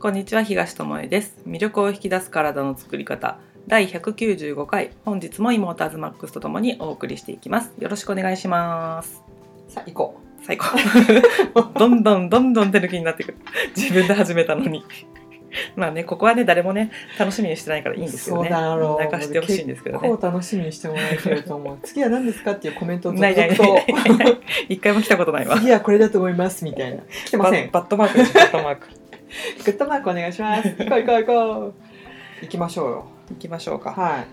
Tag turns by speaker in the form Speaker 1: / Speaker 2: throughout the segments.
Speaker 1: こんにちは東智恵です魅力を引き出す体の作り方第195回本日も妹アズマックスとともにお送りしていきますよろしくお願いします
Speaker 2: さあ行こ
Speaker 1: 最高 どんどんどんどん手抜きになってくる自分で始めたのにまあねここはね誰もね楽しみにしてないからいいんですよね
Speaker 2: そうだろう
Speaker 1: 流してほしいんですけ
Speaker 2: う
Speaker 1: ど
Speaker 2: こ
Speaker 1: ね
Speaker 2: う楽しみにしてもらえてると思う次は何ですかっていうコメントを続
Speaker 1: ない
Speaker 2: 々
Speaker 1: ないない
Speaker 2: と
Speaker 1: ないない一回も来たことないわ
Speaker 2: 次はこれだと思いますみたいな来てま
Speaker 1: バ
Speaker 2: せんグ
Speaker 1: バットマークですバットマーク
Speaker 2: ッドマークお願いします行こう行こう行こう行きましょうよ
Speaker 1: 行きましょうか
Speaker 2: はい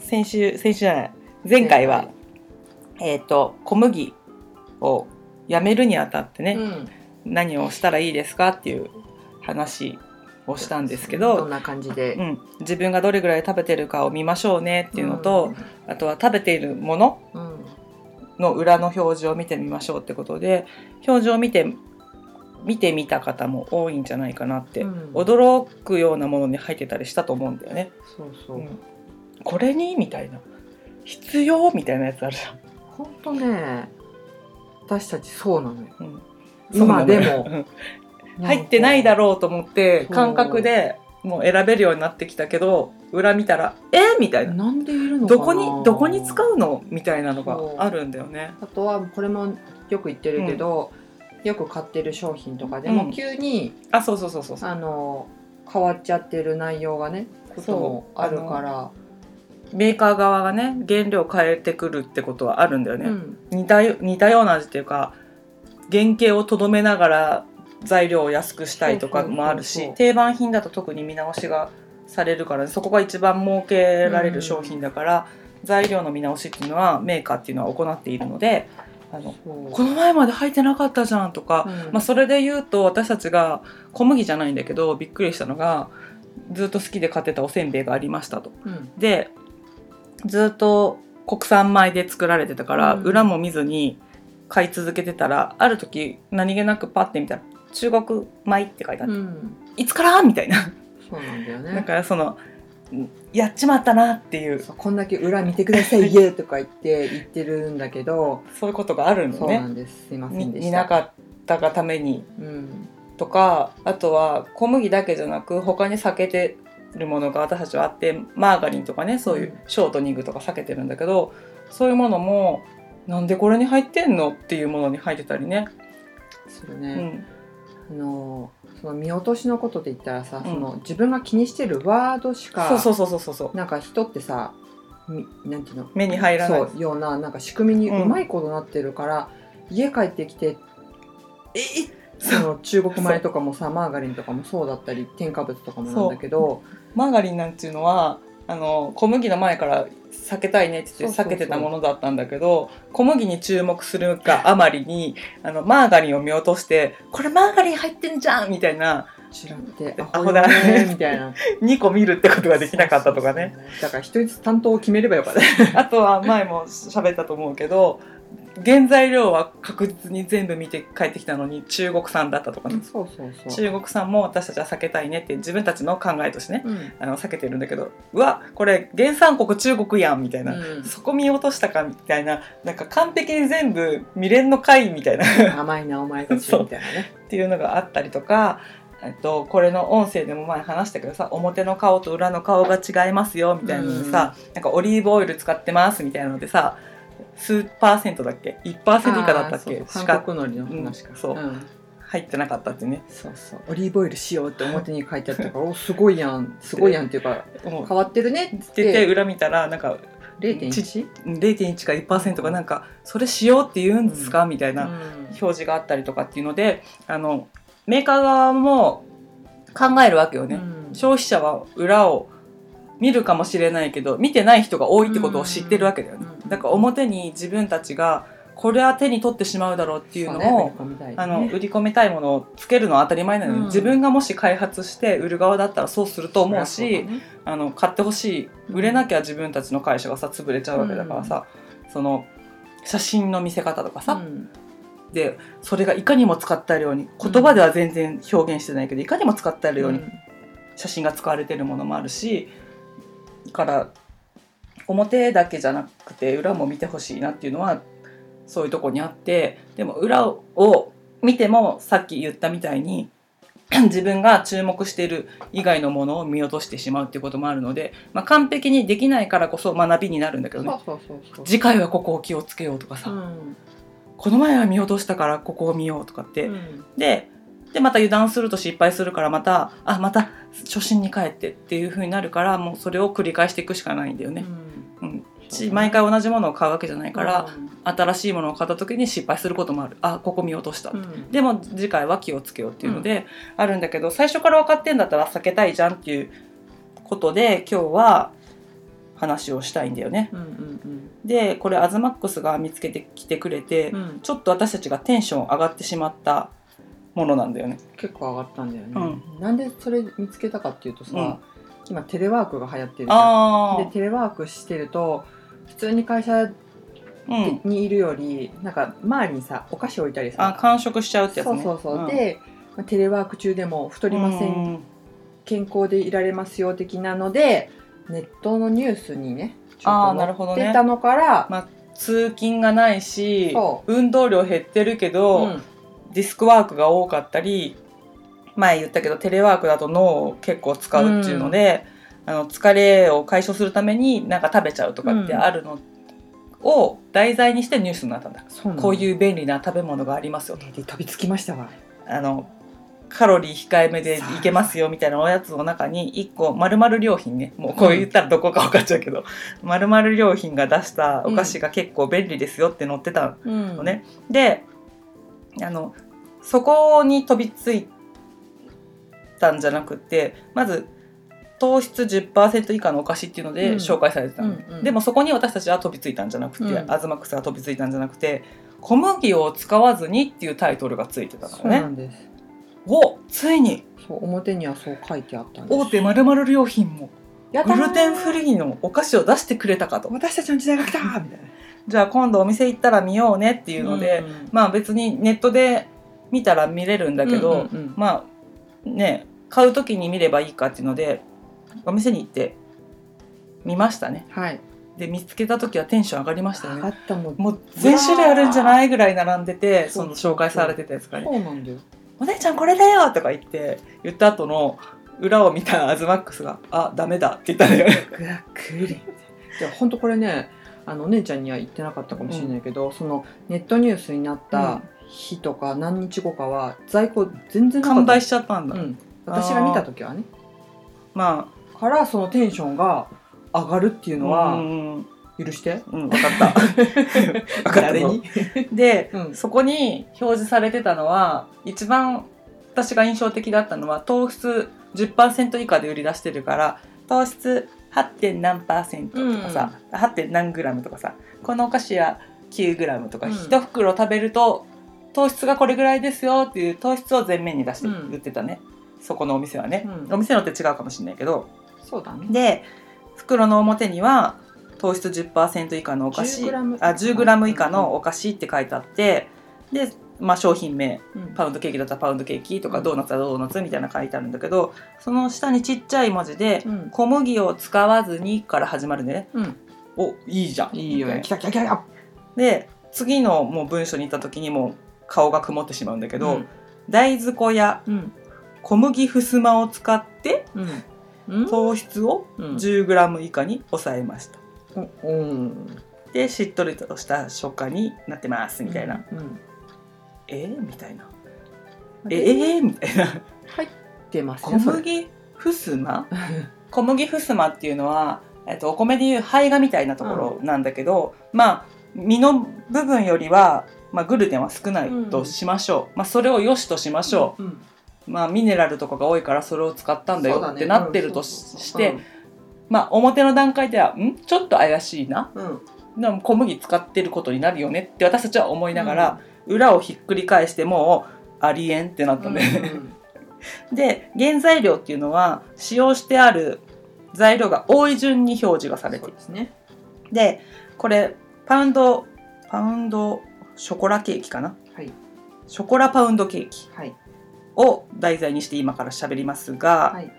Speaker 1: 先週先週じゃない前回は、えっ、と小麦をやめるにあたって
Speaker 2: 前回
Speaker 1: ね、何をしたらいいですかっていう話をしたんですけ
Speaker 2: どん
Speaker 1: ど、
Speaker 2: な感じで、
Speaker 1: う
Speaker 2: っ
Speaker 1: ん、自分がどれぐらい食べてるかを見ましょうねっていうのと、、あとは食べているもの
Speaker 2: うんうん
Speaker 1: の裏の表示を見てみましょうってことで表示を見て見てみた方も多いんじゃないかなって、
Speaker 2: うん
Speaker 1: 驚くようなものに入ってたりしたと思うんだよね。
Speaker 2: そうそう、
Speaker 1: うんこれにみたいな必要みたいなやつあるじゃん
Speaker 2: ほんとね私たちそうなのよ
Speaker 1: うん
Speaker 2: 今でも
Speaker 1: うん入ってないだろうと思って
Speaker 2: そう
Speaker 1: 感覚でもう選べるようになってきたけど裏見たら「えみたいな
Speaker 2: なんでいる
Speaker 1: 「
Speaker 2: のか
Speaker 1: ど
Speaker 2: な
Speaker 1: こにどこに使うの?」みたいなのがあるんだよね。
Speaker 2: あとはこれもよく言ってるけど、よく買ってる商品とかで
Speaker 1: う
Speaker 2: も
Speaker 1: ん
Speaker 2: 急に、
Speaker 1: あそうそうそうそうそう
Speaker 2: あの変わっちゃってる内容がねこともあるから、
Speaker 1: メーカー側がね原料変えてくるってことはあるんだよね。
Speaker 2: うん
Speaker 1: 似たよ似たような味っていうか原型をとどめながら材料を安くしたいとかもある
Speaker 2: そうそう
Speaker 1: し
Speaker 2: そうそう
Speaker 1: 定番品だと特に見直しがされるからそこが一番儲けられる商品だから、材料の見直しっていうのはメーカーっていうのは行っているのであの
Speaker 2: そう
Speaker 1: この前まで入ってなかったじゃんとか、
Speaker 2: うん
Speaker 1: まあ、それで言うと私たちが小麦じゃないんだけどびっくりしたのがずっと好きで買ってたおせんべいがありましたと。
Speaker 2: うん
Speaker 1: でずっと国産米で作られてたから、
Speaker 2: うん
Speaker 1: 裏も見ずに買い続けてたらある時何気なくパッて見たら「中国米」って書いてあっ
Speaker 2: う
Speaker 1: て「
Speaker 2: ん
Speaker 1: いつから?」みたいな、
Speaker 2: そうなんだよ
Speaker 1: だ
Speaker 2: ね
Speaker 1: からその「やっちまったな」っていう
Speaker 2: そうこんだけ裏見てください家とか言って言ってるんだけど、
Speaker 1: そういうことがあるの
Speaker 2: そうな
Speaker 1: ね
Speaker 2: んですすいませ
Speaker 1: 見
Speaker 2: んでした
Speaker 1: 見なかったがために
Speaker 2: うん
Speaker 1: とかあとは小麦だけじゃなく他に避けてるものが私たちはあってマーガリンとかねそういうショートニングとか避けてるんだけど、そういうものもなんでこれに入ってんのっていうものに入ってたりね。
Speaker 2: それ
Speaker 1: う
Speaker 2: ね、
Speaker 1: ん
Speaker 2: あのその見落としのことで言ったらさ、
Speaker 1: ん
Speaker 2: その自分が気にしてるワードしか
Speaker 1: そうそうそうそうそうそう
Speaker 2: なんか人ってさみなんていうの
Speaker 1: 目に入らない
Speaker 2: そうようななんか仕組みに
Speaker 1: うん
Speaker 2: うまいことなってるから、家帰ってきて
Speaker 1: えい
Speaker 2: その中国米とかもさマーガリンとかもそうだったり添加物とかもなんだけど
Speaker 1: マーガリンなんていうのはあの小麦の前から避けたいねって言って
Speaker 2: そう
Speaker 1: 避
Speaker 2: そうそう
Speaker 1: けてたものだったんだけど小麦に注目するがあまりにあのマーガリンを見落として「これマーガリン入ってんじゃん!」みたいな
Speaker 2: ちらって
Speaker 1: ア
Speaker 2: ア
Speaker 1: ホ
Speaker 2: ホだ
Speaker 1: だね
Speaker 2: ねみたい な
Speaker 1: 2個見るってことができなかったとかね。
Speaker 2: そうそうそうだから一人ずつ担当を決めればよかっ た
Speaker 1: あとは前も喋ったと思うけど原材料は確実に全部見て帰ってきたのに中国産だったとかね
Speaker 2: そうそうそう、
Speaker 1: 中国産も私たちは避けたいねって自分たちの考えとしてね
Speaker 2: うん
Speaker 1: あの避けてるんだけどうわこれ原産国中国やんみたいな、
Speaker 2: うん
Speaker 1: そこ見落としたかみたいななんか完璧に全部見れんのかいみたいなっ
Speaker 2: 甘いなお前たちみたいなね
Speaker 1: ていうのがあったりとか。えっと、これの音声でも前話したけどさ表の顔と裏の顔が違いますよみたいなのでさ、なんかオリーブオイル使ってますみたいなのでさ数パーセントだっけ1%以下だったっけ
Speaker 2: あーそうそう
Speaker 1: し
Speaker 2: 韓
Speaker 1: か
Speaker 2: 国のりの話か、
Speaker 1: うんそうん入ってなかったってね
Speaker 2: そうそうオリーブオイルしようって表に書いてあったからおすごいやんすごいやんっていうか
Speaker 1: もう
Speaker 2: 変わってるねっ
Speaker 1: 出て
Speaker 2: て
Speaker 1: 裏見たらなんか
Speaker 2: 0.1?
Speaker 1: 0.1か1%がなんかそれしようって言うんですかみたいな
Speaker 2: うん
Speaker 1: 表示があったりとかっていうのであのメーカー側も考えるわけよね、
Speaker 2: うん
Speaker 1: 消費者は裏を見るかもしれないけど見てない人が多いってことを知ってるわけだよね、
Speaker 2: うん
Speaker 1: だから表に自分たちがこれは手に取ってしまうだろうっていうのを
Speaker 2: そうね
Speaker 1: あの売り込みたいものをつけるのは当たり前なのに、
Speaker 2: うん
Speaker 1: 自分がもし開発して売る側だったらそうすると思う
Speaker 2: そりゃ
Speaker 1: し
Speaker 2: そうだね
Speaker 1: あの買ってほしい売れなきゃ自分たちの会社がさ潰れちゃうわけだからさ、その写真の見せ方とかさ、
Speaker 2: うん
Speaker 1: でそれがいかにも使ってあるように言葉では全然表現してないけど、いかにも使ってあるように写真が使われてるものもあるしだから表だけじゃなくて裏も見てほしいなっていうのはそういうとこにあってでも裏を見てもさっき言ったみたいに 自分が注目している以外のものを見落としてしまうっていうこともあるので、まあ、完璧にできないからこそ学びになるんだけ
Speaker 2: そ
Speaker 1: ど
Speaker 2: う
Speaker 1: ね
Speaker 2: そうそうそう
Speaker 1: 次回はここを気をつけようとかさ、
Speaker 2: うん
Speaker 1: この前は見落としたからここを見ようとかって、
Speaker 2: うん
Speaker 1: ででまた油断すると失敗するからまたあまた初心に帰ってっていう風になるからもうそれを繰り返していくしかないんだよね
Speaker 2: う、ん
Speaker 1: うんし毎回同じものを買うわけじゃないから、
Speaker 2: うん
Speaker 1: 新しいものを買った時に失敗することもあるあここ見落とした、
Speaker 2: うん
Speaker 1: でも次回は気をつけようっていうので、あるんだけど最初から分かってんだったら避けたいじゃんっていうことで今日は話をしたいんだよね。
Speaker 2: うんうん
Speaker 1: でこれアズマックスが見つけてきてくれて、
Speaker 2: うんうん
Speaker 1: ちょっと私たちがテンション上がってしまったものなんだよね。
Speaker 2: 結構上がったんだよね、
Speaker 1: う
Speaker 2: なんでそれ見つけたかっていうとさ、
Speaker 1: うん
Speaker 2: 今テレワークが流行ってるじゃん
Speaker 1: あ
Speaker 2: でテレワークしてると普通に会社
Speaker 1: あ、うん、
Speaker 2: にいるより、なんか周りにさお菓子置いたりさ
Speaker 1: あ完食しちゃうってやつ
Speaker 2: そう
Speaker 1: ね。
Speaker 2: そうそう、
Speaker 1: ん、
Speaker 2: でまあテレワーク中でも太りません、
Speaker 1: うん
Speaker 2: 健康でいられますよ的なのでネットのニュースにねちょ
Speaker 1: あー
Speaker 2: っと
Speaker 1: な
Speaker 2: 載
Speaker 1: るほど
Speaker 2: っ
Speaker 1: ね
Speaker 2: てたのから、
Speaker 1: 通勤がないし
Speaker 2: そ
Speaker 1: 運動量減ってるけど、
Speaker 2: うん
Speaker 1: ディスクワークが多かったり前言ったけどテレワークだと脳を結構使うっていうので、あの疲れを解消するためになんか食べちゃうとかってあるのを題材にしてニュースになったんだ、
Speaker 2: そう
Speaker 1: こう
Speaker 2: う、
Speaker 1: いう便利な食べ物がありますよと
Speaker 2: ねで飛びつきましたわ
Speaker 1: あのカロリー控えめでいけますよみたいなおやつの中に1個まるまる良品ねもうこう言ったらどこか分かっちゃうけどまるまる良品が出したお菓子が結構便利ですよって載ってた
Speaker 2: うん
Speaker 1: のね。であのそこに飛びついたんじゃなくてまず糖質10%以下のお菓子っていうの
Speaker 2: うん
Speaker 1: で紹介されてたの、
Speaker 2: うんうん
Speaker 1: でもそこに私たちは飛びついたんじゃなくて、
Speaker 2: うん
Speaker 1: アズマックスが飛びついたんじゃなくて「小麦を使わずに」っていうタイトルがついてたの
Speaker 2: そうな
Speaker 1: ね。
Speaker 2: んです
Speaker 1: おついに
Speaker 2: そう表にはそう書いてあったんです
Speaker 1: 大手まるまる良品も
Speaker 2: やった
Speaker 1: グ
Speaker 2: ー
Speaker 1: ルテンフリーのお菓子を出してくれたかと
Speaker 2: 私たちの時代が来たーみたいな
Speaker 1: じゃあ今度お店行ったら見ようねっていうので、
Speaker 2: ん
Speaker 1: まあ別にネットで見たら見れるんだけど、
Speaker 2: うんうんうん
Speaker 1: まあね買う時に見ればいいかっていうのでお店に行って見ましたね
Speaker 2: はい
Speaker 1: で見つけた時はテンション上がりましたよね
Speaker 2: あったもん
Speaker 1: もう全種類あるんじゃないぐらい並んでてその紹介されてたやつがね
Speaker 2: そうなんだよ
Speaker 1: 「お姉ちゃんこれだよ!」とか言って言った後の裏を見たアズマックスが「あダメだ」って言ったんだよね。
Speaker 2: がっくり じゃ本当これねあのお姉ちゃんには言ってなかったかもしれないけど、そのネットニュースになった日とか何日後かは在庫全然なか
Speaker 1: 完
Speaker 2: った
Speaker 1: 売しちゃったんだ、
Speaker 2: うん、私が見た時はね
Speaker 1: ま
Speaker 2: からそのテンションが上がるっていう
Speaker 1: あ
Speaker 2: の
Speaker 1: う
Speaker 2: は
Speaker 1: んうん
Speaker 2: 許して、
Speaker 1: 分かった分かった
Speaker 2: 誰に
Speaker 1: ぞ で
Speaker 2: うん
Speaker 1: そこに表示されてたのは一番私が印象的だったのは糖質10%以下で売り出してるから糖質 8. 何パーセントとかさ、8. 何グラムとかさこのお菓子は9グラムとか、
Speaker 2: うん
Speaker 1: 一袋食べると糖質がこれぐらいですよっていう糖質を前面に出して
Speaker 2: うん
Speaker 1: 売ってたね、そこのお店はね、
Speaker 2: うん
Speaker 1: お店によって違うかもしれないけど
Speaker 2: そうだね
Speaker 1: で袋の表には糖質10%以下のお菓子
Speaker 2: 10g
Speaker 1: あ 10g 以下のお菓子って書いてあってで、まあ、商品名
Speaker 2: うん
Speaker 1: パウンドケーキだったらパウンドケーキとか、
Speaker 2: うん
Speaker 1: ドーナツだドーナツみたいなの書いてあるんだけどその下にちっちゃい文字で
Speaker 2: うん
Speaker 1: 「小麦を使わずに」から始まるんでね
Speaker 2: うん
Speaker 1: おいいじゃん
Speaker 2: いいよ
Speaker 1: みた
Speaker 2: ね
Speaker 1: な
Speaker 2: 来た来た来た来た
Speaker 1: で次のもう文章に行った時にもう顔が曇ってしまうんだけ
Speaker 2: け
Speaker 1: ど、大豆粉や
Speaker 2: うん
Speaker 1: 小麦ふすまを使って
Speaker 2: うんうん
Speaker 1: 糖質を
Speaker 2: うん
Speaker 1: 10g 以下に抑えました。
Speaker 2: うん
Speaker 1: でしっとりとした食感になってますみたいな、
Speaker 2: うん
Speaker 1: えーみたいなえ
Speaker 2: え
Speaker 1: えーみたいな
Speaker 2: 出ます
Speaker 1: 小
Speaker 2: ねそれ
Speaker 1: 麦ふすま小麦ふすまっていうのは、えっと、お米でいう胚芽みたいなところなんだけど、まあ実の部分よりは、まあ、グルテンは少ないとしましょう、まあ、それを良しとしましょう、
Speaker 2: うん
Speaker 1: まあ、ミネラルとかが多いからそれを使ったんだよ
Speaker 2: そう
Speaker 1: って
Speaker 2: ね
Speaker 1: なってる
Speaker 2: う
Speaker 1: と
Speaker 2: ん
Speaker 1: し,、
Speaker 2: そうそうそう
Speaker 1: て、まあ、表の段階ではんちょっと怪しいな
Speaker 2: うんうん
Speaker 1: でも小麦使ってることになるよねって私たちは思いながら、裏をひっくり返してもうありえんってなったんだよね。 で原材料っていうのは使用してある材料が多い順に表示がされている
Speaker 2: ですね。
Speaker 1: でこれパウンドパウンドショコラケーキかな
Speaker 2: はい
Speaker 1: ショコラパウンドケーキ
Speaker 2: はい
Speaker 1: を題材にして今から喋りますが、
Speaker 2: はい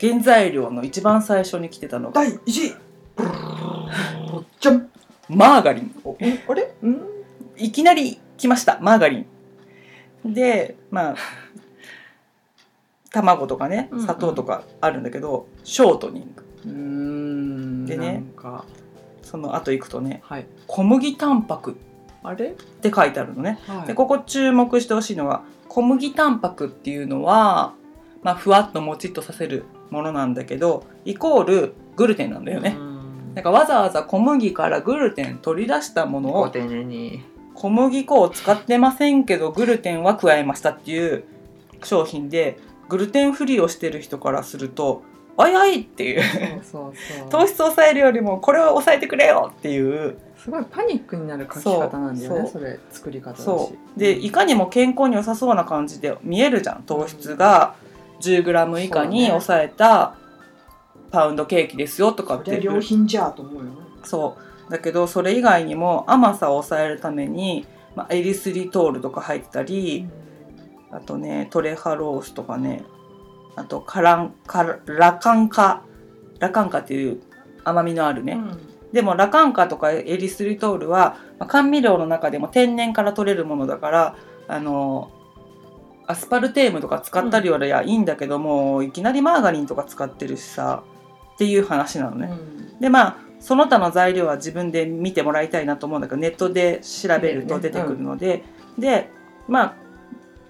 Speaker 1: 原材料の一番最初に来てたのが
Speaker 2: 第一位。じゃん。
Speaker 1: マーガリン
Speaker 2: おあれ？うん。
Speaker 1: いきなり来ましたマーガリンでまあ卵とかね
Speaker 2: うんうん
Speaker 1: 砂糖とかあるんだけど、ショートニング
Speaker 2: うーん
Speaker 1: でね
Speaker 2: なんか
Speaker 1: その後行くとね
Speaker 2: はい
Speaker 1: 小麦タンパクっ
Speaker 2: あれ、
Speaker 1: て書いてあるのね、
Speaker 2: はい、
Speaker 1: でここ注目してほしいのは小麦タンパクっていうのは、まあ、ふわっともちっとさせるものなんだけどイコールグルテンなんだよね、
Speaker 2: うん
Speaker 1: なんかわざわざ小麦からグルテン取り出したもの
Speaker 2: ご
Speaker 1: を
Speaker 2: 丁寧に
Speaker 1: 小麦粉を使ってませんけどグルテンは加えましたっていう商品でグルテンフリーをしてる人からすると「あいあい!」っていう
Speaker 2: そうそうそう
Speaker 1: 糖質を抑えるよりもこれを抑えてくれよっていう
Speaker 2: すごいパニックになる書き方なんだよね
Speaker 1: そう
Speaker 2: それ作り方だし
Speaker 1: そうでいかにも健康に良さそうな感じで見えるじゃん糖質が 10g 以下に抑えたパウンドケーキですよとかっ
Speaker 2: そり
Speaker 1: て
Speaker 2: ゃ良品じゃあと思うよね
Speaker 1: そうだけどそれ以外にも甘さを抑えるために、まあ、エリスリトールとか入ってたり、あとね、トレハロースとかね、あとカラン、カララカンカ、ラカンカっていう甘みのあるね。でもラカンカとかエリスリトールは、まあ甘味料の中でも天然から取れるものだから、あの、アスパルテームとか使ったりよりはいいんだけども、いきなりマーガリンとか使ってるしさ、っていう話なの
Speaker 2: うん
Speaker 1: ね。で、まあ、その他の材料は自分で見てもらいたいなと思うんだけどネットで調べると出てくるので、でまあ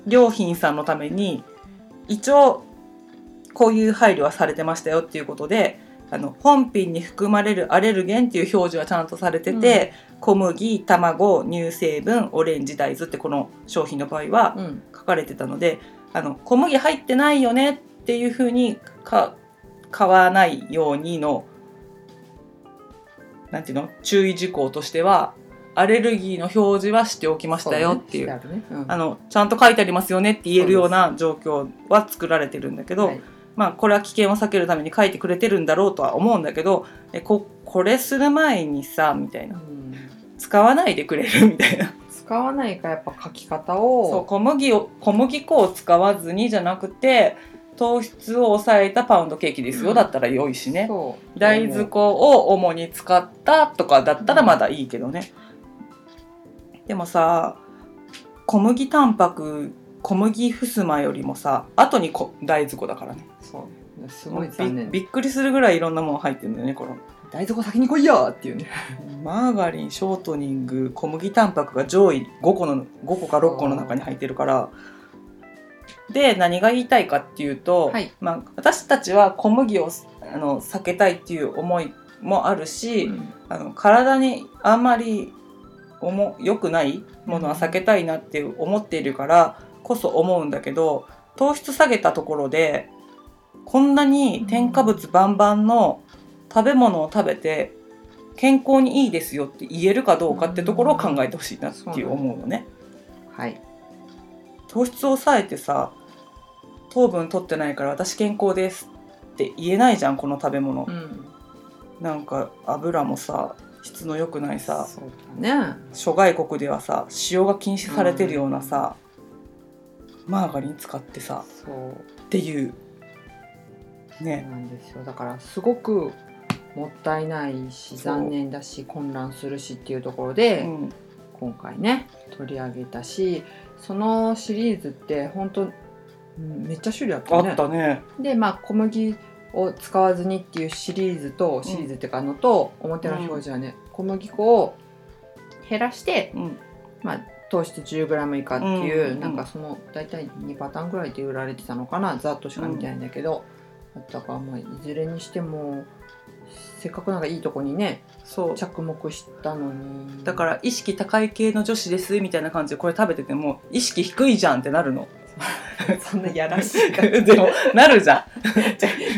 Speaker 1: 良品さんのために一応こういう配慮はされてましたよっていうことであの本品に含まれるアレルゲンっていう表示はちゃんとされてて、小麦卵乳成分オレンジ大豆ってこの商品の場合は
Speaker 2: うん
Speaker 1: 書かれてたのであの小麦入ってないよねっていうふうにか買わないようにのなんていうの注意事項としてはアレルギーの表示はしておきましたよっていう
Speaker 2: そねしてあるねうん
Speaker 1: あのちゃんと書いてありますよねって言えるような状況は作られてるんだけど、
Speaker 2: はい
Speaker 1: まあこれは危険を避けるために書いてくれてるんだろうとは思うんだけどえここれする前にさみたいな
Speaker 2: うん
Speaker 1: 使わないでくれるみたいな
Speaker 2: 使わないかやっぱ書き方
Speaker 1: そう
Speaker 2: を
Speaker 1: 小麦を小麦粉を使わずにじゃなくて糖質を抑えたパウンドケーキですよ、
Speaker 2: うん
Speaker 1: だったら良いしね
Speaker 2: そう
Speaker 1: 大豆粉を主に使ったとかだったらまだいいけどね、でもさ小麦タンパク小麦ふすまよりもさ後にこ大豆粉だからね
Speaker 2: そうすごい残念
Speaker 1: びびっくりするぐらいいろんなもの入ってるんだよねこの
Speaker 2: 大豆粉先に来いよっていうね
Speaker 1: マーガリンショートニング小麦タンパクが上位5個の5個か6個の中に入ってるからで何が言いたいかっていうと、
Speaker 2: はい
Speaker 1: まあ、私たちは小麦をあの避けたいっていう思いもあるし、あの体にあんまりおも良くないものは避けたいなって思っているからこそ思うんだけど糖質下げたところでこんなに添加物バンバンの食べ物を食べて健康にいいですよって言えるかどうかってところを考えてほしいなっていう思うのね。
Speaker 2: はい
Speaker 1: 糖質を抑えてさ糖分取ってないから私健康ですって言えないじゃんこの食べ物、
Speaker 2: ん
Speaker 1: なんか油もさ質の良くないさ
Speaker 2: そうだね
Speaker 1: 諸外国ではさ塩が禁止されてるようなさ、マーガリン使ってさ
Speaker 2: そう
Speaker 1: っていうね
Speaker 2: なんですよだからすごくもったいないし
Speaker 1: そう
Speaker 2: 残念だし混乱するしっていうところ
Speaker 1: う
Speaker 2: で、
Speaker 1: ん
Speaker 2: 今回ね取り上げたしそのシリーズって本当うんめっちゃ種類あった
Speaker 1: あ
Speaker 2: ね
Speaker 1: ったね
Speaker 2: でまあ小麦を使わずにっていうシリーズとシリーズっていうかあのと表の表示はね、小麦粉を減らして、
Speaker 1: うん
Speaker 2: まあ、糖質 10g 以下っていう、
Speaker 1: うん
Speaker 2: なんかその大体2パターンぐらいで売られてたのかなざっとしか見てないんだけど、だからまあいずれにしてもせっかくなんかいいとこにね
Speaker 1: そう
Speaker 2: 着目したのに
Speaker 1: だから意識高い系の女子ですみたいな感じでこれ食べてても意識低いじゃんってなる の
Speaker 2: ら そんなやらしいから
Speaker 1: でもなるじゃ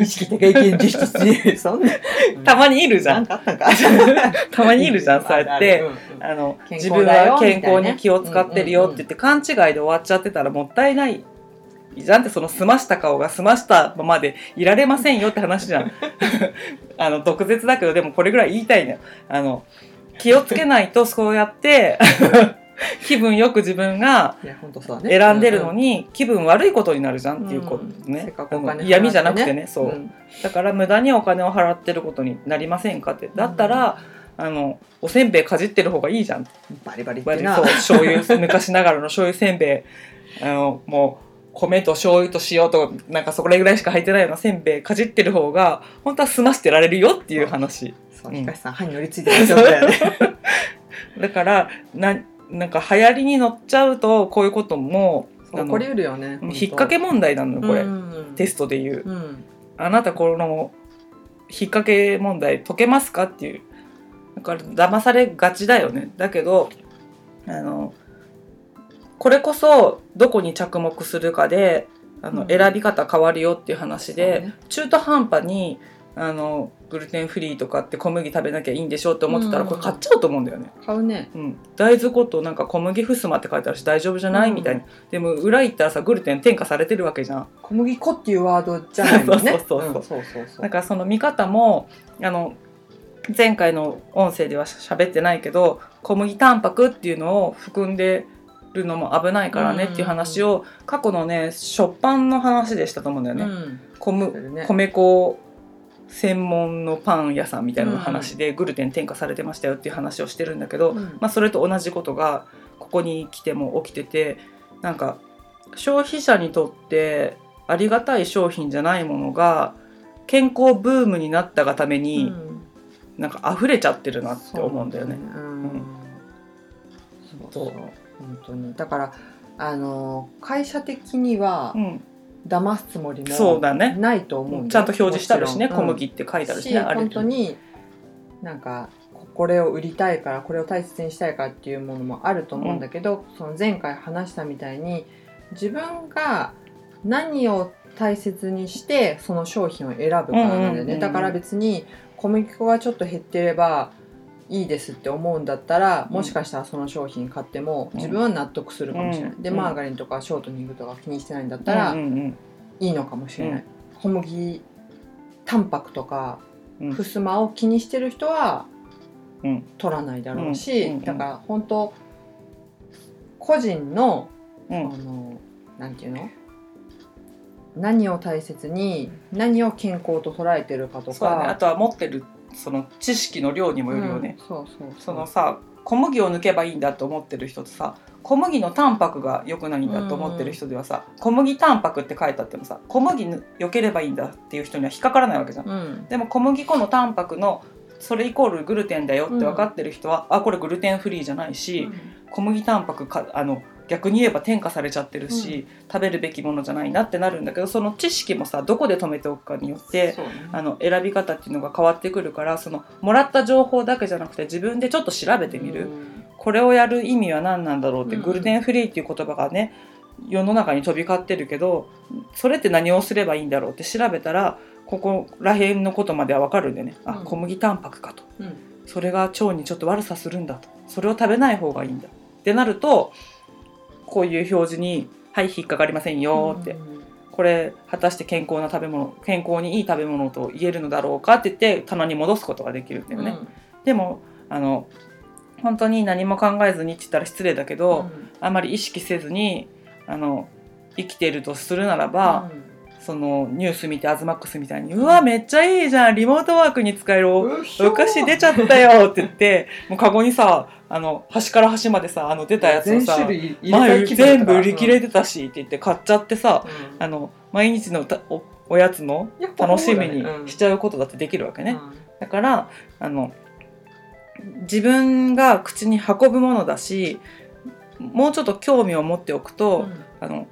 Speaker 2: 意識高い現実しそんな、
Speaker 1: ん たまにいるじゃ
Speaker 2: なん
Speaker 1: ん
Speaker 2: かあったんか
Speaker 1: たまにいるじゃんそうやって
Speaker 2: あるあるうんうん
Speaker 1: あの
Speaker 2: 健
Speaker 1: 自
Speaker 2: 康
Speaker 1: 分
Speaker 2: だよ
Speaker 1: は健
Speaker 2: みた
Speaker 1: 康
Speaker 2: いな
Speaker 1: に
Speaker 2: ね
Speaker 1: 気を使ってるよって言って勘違いで終わっちゃってたらもったいないじゃんってその澄ました顔が澄ましたままでいられませんよって話じゃん あの毒舌だけどでもこれぐらい言いたいのよあの気をつけないとそうやって 気分よく自分が
Speaker 2: いや本当そうだね
Speaker 1: 選んでるの
Speaker 2: に、
Speaker 1: に気分悪いことになるじゃんっていうこと
Speaker 2: うんせ
Speaker 1: ね
Speaker 2: っかくお金払ってね
Speaker 1: 嫌味じゃなくてねそううん
Speaker 2: うん
Speaker 1: だから無駄にお金を払ってることになりませんかってだったら、あのおせんべいかじってる方がいいじゃん
Speaker 2: バリバリっ
Speaker 1: バ
Speaker 2: て
Speaker 1: リ
Speaker 2: な
Speaker 1: そう醤油昔ながらの醤油せんべいあのもう米と醤油と塩となんかそこらぐらいしか入ってないようなせんべいかじってる方が本当は済ましてられるよっていう話
Speaker 2: そう
Speaker 1: うん
Speaker 2: 東さん、歯に寄りついてる状態だよね
Speaker 1: だからななんか流行りに乗っちゃうとこういうことも あ
Speaker 2: そう起
Speaker 1: の
Speaker 2: こりうるよね
Speaker 1: 引っ掛け問題なのよこれ、
Speaker 2: うん、
Speaker 1: テストでいう
Speaker 2: うん
Speaker 1: あなたこの引っ掛け問題解けますかっていうだから騙されがちだよねだけどあのこれこそどこに着目するかであの、
Speaker 2: うん
Speaker 1: 選び方変わるよっていう話で、
Speaker 2: そうね
Speaker 1: 中途半端にあのグルテンフリーとかって小麦食べなきゃいいんでしょって思ってたら、
Speaker 2: うん
Speaker 1: これ買っちゃうと思うんだよね。
Speaker 2: 買うね
Speaker 1: うん、大豆粉となんか小麦ふすまって書いてあるし大丈夫じゃない、
Speaker 2: うん
Speaker 1: みたいなでも裏行ったらさグルテン添加されてるわけじゃん
Speaker 2: 小麦粉っていうワードじゃないもんね
Speaker 1: そうそうそうそうん
Speaker 2: そうそうそう
Speaker 1: なんかその見方もあの前回の音声ではしゃべってないけど小麦タンパクっていうのを含んでるのも危ないからねっていう話を過去のね食パンの話でしたと思うんだよね。
Speaker 2: うん
Speaker 1: 小む
Speaker 2: そうだよね
Speaker 1: 米粉専門のパン屋さんみたいな話でグルテン添加されてましたよっていう話をしてるんだけど、
Speaker 2: うん
Speaker 1: まあ、それと同じことがここに来ても起きててなんか消費者にとってありがたい商品じゃないものが健康ブームになったがために、
Speaker 2: うん
Speaker 1: なんか溢れちゃってるなって思うんだよね。
Speaker 2: そうなんだよねうんそうそ
Speaker 1: そ
Speaker 2: う
Speaker 1: う
Speaker 2: 本当にだからあの会社的には
Speaker 1: うん、
Speaker 2: 騙すつもりも
Speaker 1: そうだね
Speaker 2: ないと思うん
Speaker 1: ちゃんと表示したるしね
Speaker 2: もち
Speaker 1: 小
Speaker 2: ろん
Speaker 1: 麦って書いてあるし
Speaker 2: し
Speaker 1: ねあれ
Speaker 2: 本当になんかこれを売りたいからこれを大切にしたいからっていうものもあると思うんだけど、その前回話したみたいに自分が何を大切にしてその商品を選ぶからなんだ
Speaker 1: う
Speaker 2: よ
Speaker 1: んうんうんう
Speaker 2: ね
Speaker 1: ん
Speaker 2: だから別に小麦粉がちょっと減ってればいいですって思うんだったらもしかしたらその商品買っても
Speaker 1: うん
Speaker 2: 自分は納得するかもしれない、
Speaker 1: うん
Speaker 2: で
Speaker 1: うん
Speaker 2: マーガリンとかショートニングとか気にしてないんだったら、
Speaker 1: うんうん
Speaker 2: いいのかもしれない、
Speaker 1: う
Speaker 2: 小麦タンパクとか
Speaker 1: うん
Speaker 2: ふすまを気にしてる人は
Speaker 1: うん
Speaker 2: 取らないだろうし、
Speaker 1: うんうんうん
Speaker 2: だから本当個人の,、
Speaker 1: うんうん
Speaker 2: あのなんていうの何を大切に何を健康と捉えてるかと
Speaker 1: そうだね、あ
Speaker 2: か
Speaker 1: とは持ってるその知識の量にもよるよね、
Speaker 2: うんそうそう
Speaker 1: そのさ小麦を抜けばいいんだと思ってる人とさ小麦のタンパクが良くないんだと思ってる人ではさ、小麦タンパクって書いてあってもさ小麦ぬ良ければいいんだっていう人には引っかからないわけじゃん。
Speaker 2: うん
Speaker 1: でも小麦粉のタンパクのそれイコールグルテンだよって分かってる人は、あこれグルテンフリーじゃないし、小麦タンパクかあの逆に言えば添加されちゃってるし、食べるべきものじゃないなってなるんだけどその知識もさどこで止めておくかによって
Speaker 2: そうね
Speaker 1: あの選び方っていうのが変わってくるからそのもらった情報だけじゃなくて自分でちょっと調べてみる、
Speaker 2: うん
Speaker 1: これをやる意味は何なんだろうって、
Speaker 2: うん
Speaker 1: グルテンフリーっていう言葉がね世の中に飛び交ってるけどそれって何をすればいいんだろうって調べたらここら辺のことまでは分かるんでね、あ
Speaker 2: うん
Speaker 1: 小麦タンパクかと
Speaker 2: うん
Speaker 1: それが腸にちょっと悪さするんだとそれを食べない方がいいんだってなるとこういう表示に「はい引っかかりませんよ」って
Speaker 2: うん
Speaker 1: これ果たして健康な食べ物健康にいい食べ物と言えるのだろうかって言って棚に戻すことができるんだよね、でもあの本当に何も考えずにって言ったら失礼だけ
Speaker 2: う
Speaker 1: ど、
Speaker 2: ん
Speaker 1: あまり意識せずにあの生きているとするなら
Speaker 2: う
Speaker 1: ば、
Speaker 2: ん
Speaker 1: そのニュース見てアズマックスみたいに「うわめっちゃいいじゃんリモートワークに使えるお
Speaker 2: うひょー
Speaker 1: お菓子出ちゃったよ」って言ってもうカゴにさあの端から端までさあの出たやつを
Speaker 2: 全
Speaker 1: さ
Speaker 2: 種類入れ替え
Speaker 1: 前
Speaker 2: 気分だった
Speaker 1: 全
Speaker 2: か
Speaker 1: 部
Speaker 2: ら
Speaker 1: 売り切れてたしって言って買っちゃってさ、
Speaker 2: うん
Speaker 1: あの毎日のたおおやつの
Speaker 2: やっぱ
Speaker 1: 楽しみ
Speaker 2: そうだねう
Speaker 1: に
Speaker 2: ん
Speaker 1: しちゃうことだってできるわけね。
Speaker 2: うん
Speaker 1: だからあの自分が口に運ぶものだしもうちょっと興味を持っておくと、
Speaker 2: ん
Speaker 1: あの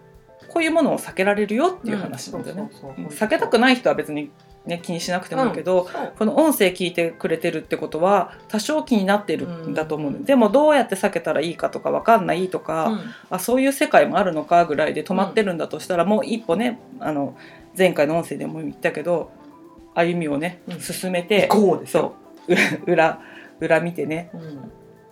Speaker 1: こういうものを避けられるよっていう話なんだよね。うん避けたく
Speaker 2: な
Speaker 1: ない人は別に、ね、気にしなくてもいいけど、この音声聞いてくれてるってことは多少気になってるんだと思うの、
Speaker 2: うん
Speaker 1: でもどうやって避けたらいいかとか分かんないとか、あそういう世界もあるのかぐらいで止まってるんだとしたら、もう一歩ねあの前回の音声でも言ったけど歩みをね、
Speaker 2: うん
Speaker 1: 進めて
Speaker 2: こうですよ
Speaker 1: そうう 裏裏見てね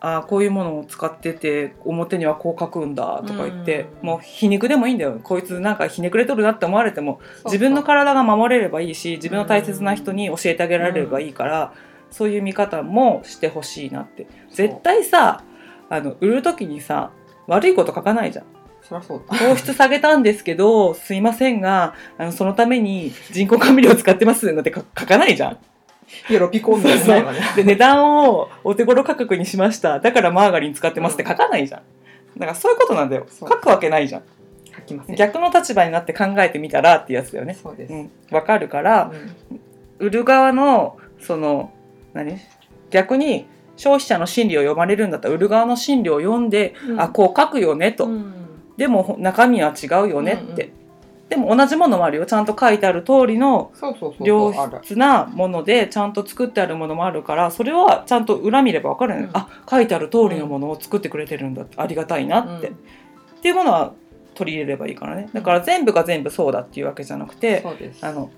Speaker 1: ああこういうものを使ってて表にはこう書くんだとか言って、
Speaker 2: うん
Speaker 1: もう皮肉でもいいんだよこいつなんかひねくれとるなって思われても自分の体が守れればいいし自分の大切な人に教えてあげられればいいから、そういう見方もしてほしいなって絶対さあの売る時にさ悪いこと書かないじゃん
Speaker 2: そりゃそうだ
Speaker 1: 糖質下げたんですけどすいませんがあのそのために人工甘味料使ってますなんて書書かないじゃん
Speaker 2: いやロピコンだよね
Speaker 1: で値段をお手頃価格にしましただからマーガリン使ってますって書かないじゃんだからそういうことなんだよ
Speaker 2: そ
Speaker 1: 書
Speaker 2: う
Speaker 1: くわけないじゃん
Speaker 2: 吐きません。
Speaker 1: 逆の立場になって考えてみたらってやつだよね。
Speaker 2: そうです。
Speaker 1: う
Speaker 2: うん
Speaker 1: ん、わかるから、売る側のその何逆に消費者の心理を読まれるんだったら売る側の心理を読んで、あこう書くよねと、
Speaker 2: うん
Speaker 1: でも中身は違うよねって、
Speaker 2: う
Speaker 1: でも同じものもあるよちゃんと書いてある通りの
Speaker 2: そうそうそうそ
Speaker 1: 良
Speaker 2: う。ある
Speaker 1: 質なものでちゃんと作ってあるものもあるからそれはちゃんと裏見れば分かるのよ、
Speaker 2: うん
Speaker 1: あ書いてある通りのものを作ってくれてるんだってありがたいなって、
Speaker 2: うん
Speaker 1: っていうものは取り入れればいいからねだから全部が全部そうだっていうわけじゃなくて、
Speaker 2: そうです。
Speaker 1: あの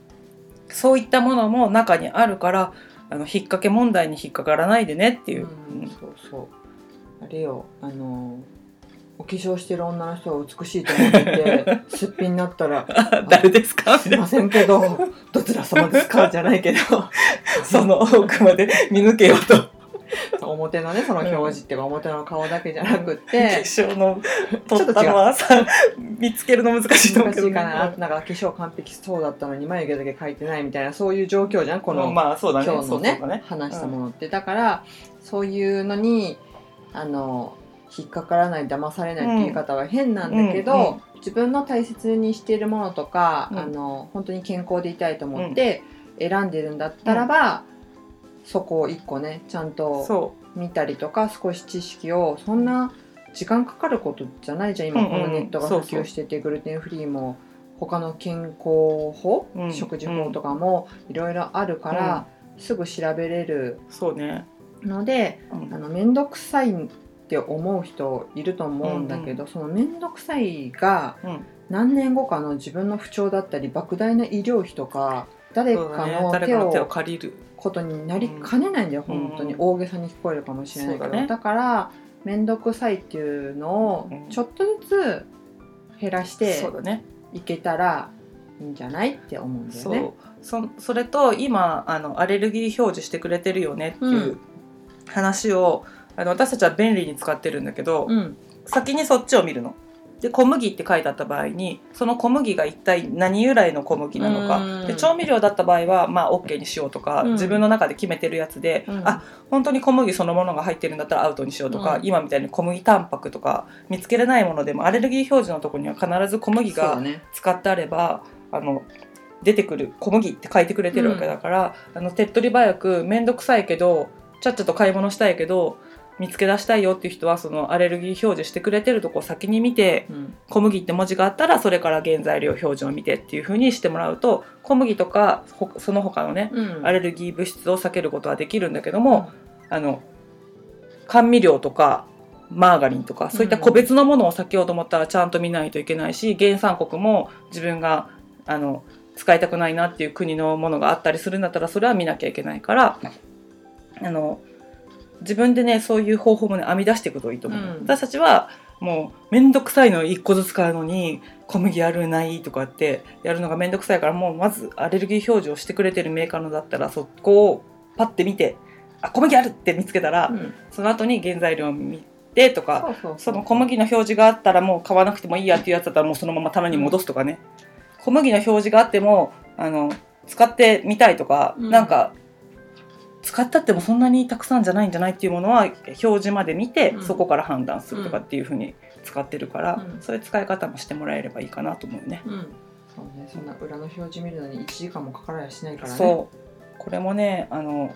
Speaker 1: そういったものも中にあるからあの引っ掛け問題に引っかからないでねっていう、
Speaker 2: うん、そうそうあれよあのお化粧してる女の人は美しいと思っててすっぴんになったら「
Speaker 1: あ 誰ですかみ
Speaker 2: す
Speaker 1: た
Speaker 2: い
Speaker 1: いな
Speaker 2: ませんけどどちら様ですか?」じゃないけど
Speaker 1: その奥まで見抜けよと
Speaker 2: 表のねその表示っていうか表の顔だけじゃなくっ
Speaker 1: 化
Speaker 2: て
Speaker 1: 粧 の
Speaker 2: ょっと違
Speaker 1: 取
Speaker 2: う
Speaker 1: ったのはさ見つけるの難 しいと思うけ
Speaker 2: 難し
Speaker 1: ど
Speaker 2: いかなあとなんか化粧完璧そうだったのに眉毛だけ描いてないみたいなそういう状況じゃんこ
Speaker 1: こ
Speaker 2: の
Speaker 1: のまあそうだね
Speaker 2: 今日
Speaker 1: そうそう
Speaker 2: のね
Speaker 1: だね
Speaker 2: 話したものって、だからそういうのにあの引っかからない騙されないって言い方は変なんだけど、
Speaker 1: うん
Speaker 2: 自分の大切にしているものとか、
Speaker 1: うん
Speaker 2: あの本当に健康でいたいと思って選んでるんだったらば、そこを一個ねちゃんと
Speaker 1: そ
Speaker 2: 見たりとか少し知識をそんな時間かかることじゃないじゃん
Speaker 1: う
Speaker 2: 今
Speaker 1: んうん
Speaker 2: こ
Speaker 1: うん
Speaker 2: のネットが普
Speaker 1: そうそう
Speaker 2: 及しててグルテンフリーも他の健康法、
Speaker 1: うん
Speaker 2: 食事法とかもいろいろあるから、すぐ調べれる
Speaker 1: うそうね、
Speaker 2: ので
Speaker 1: うん
Speaker 2: あの面倒くさいって思う人いると思うんだけど、その面倒くさいが
Speaker 1: うん
Speaker 2: 何年後かの自分の不調だったり莫大な医療費とか誰
Speaker 1: そう
Speaker 2: か
Speaker 1: だね
Speaker 2: の
Speaker 1: 誰
Speaker 2: 手
Speaker 1: かの手
Speaker 2: を
Speaker 1: を借りる
Speaker 2: ことになりかねないんだよ、
Speaker 1: うん
Speaker 2: 本当に大げさに聞こえるかもしれないけど
Speaker 1: そう
Speaker 2: だ,、
Speaker 1: だね
Speaker 2: から面倒くさいっていうのを
Speaker 1: うん
Speaker 2: ちょっとずつ減らして
Speaker 1: そうだね
Speaker 2: いけたらいいんじゃないって思うんだよね。
Speaker 1: そうそそれと今あのアレルギー表示してくれてるよねっていうう話を、あの私たちは便利に使ってるんだけど、
Speaker 2: うん
Speaker 1: 先にそっちを見るの。で小麦って書いてあった場合にその小麦が一体何由来の小麦なの
Speaker 2: うん
Speaker 1: かで調味料だった場合は、まあ、OK にしようとか、
Speaker 2: うん
Speaker 1: 自分の中で決めてるやつで、
Speaker 2: うん
Speaker 1: あ本当に小麦そのものが入ってるんだったらアウトにしようとか、
Speaker 2: うん
Speaker 1: 今みたいに小麦タンパクとか見つけれないものでもアレルギー表示のとこには必ず小麦
Speaker 2: そう
Speaker 1: が
Speaker 2: だね
Speaker 1: 使ってあればあの出てくる小麦って書いてくれてるわけだから、あの手っ取り早く面倒くさいけどちゃっちゃと買い物したいけど見つけ出したいよっていう人はそのアレルギー表示してくれてるとこを先に見て
Speaker 2: うん
Speaker 1: 小麦って文字があったらそれから原材料表示を見てっていう風にしてもらうと小麦とかほその他のね
Speaker 2: うん
Speaker 1: アレルギー物質を避けることはできるんだけども、あの甘味料とかマーガリンとかそういった個別のものを避けようと思ったらちゃんと見ないといけないし原産国も自分があの使いたくないなっていう国のものがあったりするんだったらそれは見なきゃいけないからあの自分でねそういう方法もね編み出していくといいと思う、
Speaker 2: うん
Speaker 1: 私たちはもう面倒くさいの一個ずつ買うのに小麦あるないとかってやるのが面倒くさいからもうまずアレルギー表示をしてくれてるメーカーのだったらそこをパッて見てあ小麦あるって見つけたら、
Speaker 2: うん
Speaker 1: その後に原材料を見てとか
Speaker 2: そうそう
Speaker 1: その小麦の表示があったらもう買わなくてもいいやっていうやつだったらもうそのまま棚に戻すとかね小麦の表示があってもあの使ってみたいとか、
Speaker 2: うん
Speaker 1: なんか使ったってもそんなにたくさんじゃないんじゃないっていうものは表示まで見て、
Speaker 2: うん
Speaker 1: そこから判断するとかっていうふうに使ってるから、
Speaker 2: うん
Speaker 1: そういう使い方もしてもらえればいいかなと思うね。
Speaker 2: うんそうねそんな裏の表示見るのに1時間もかからやしないからね
Speaker 1: そうこれもねあの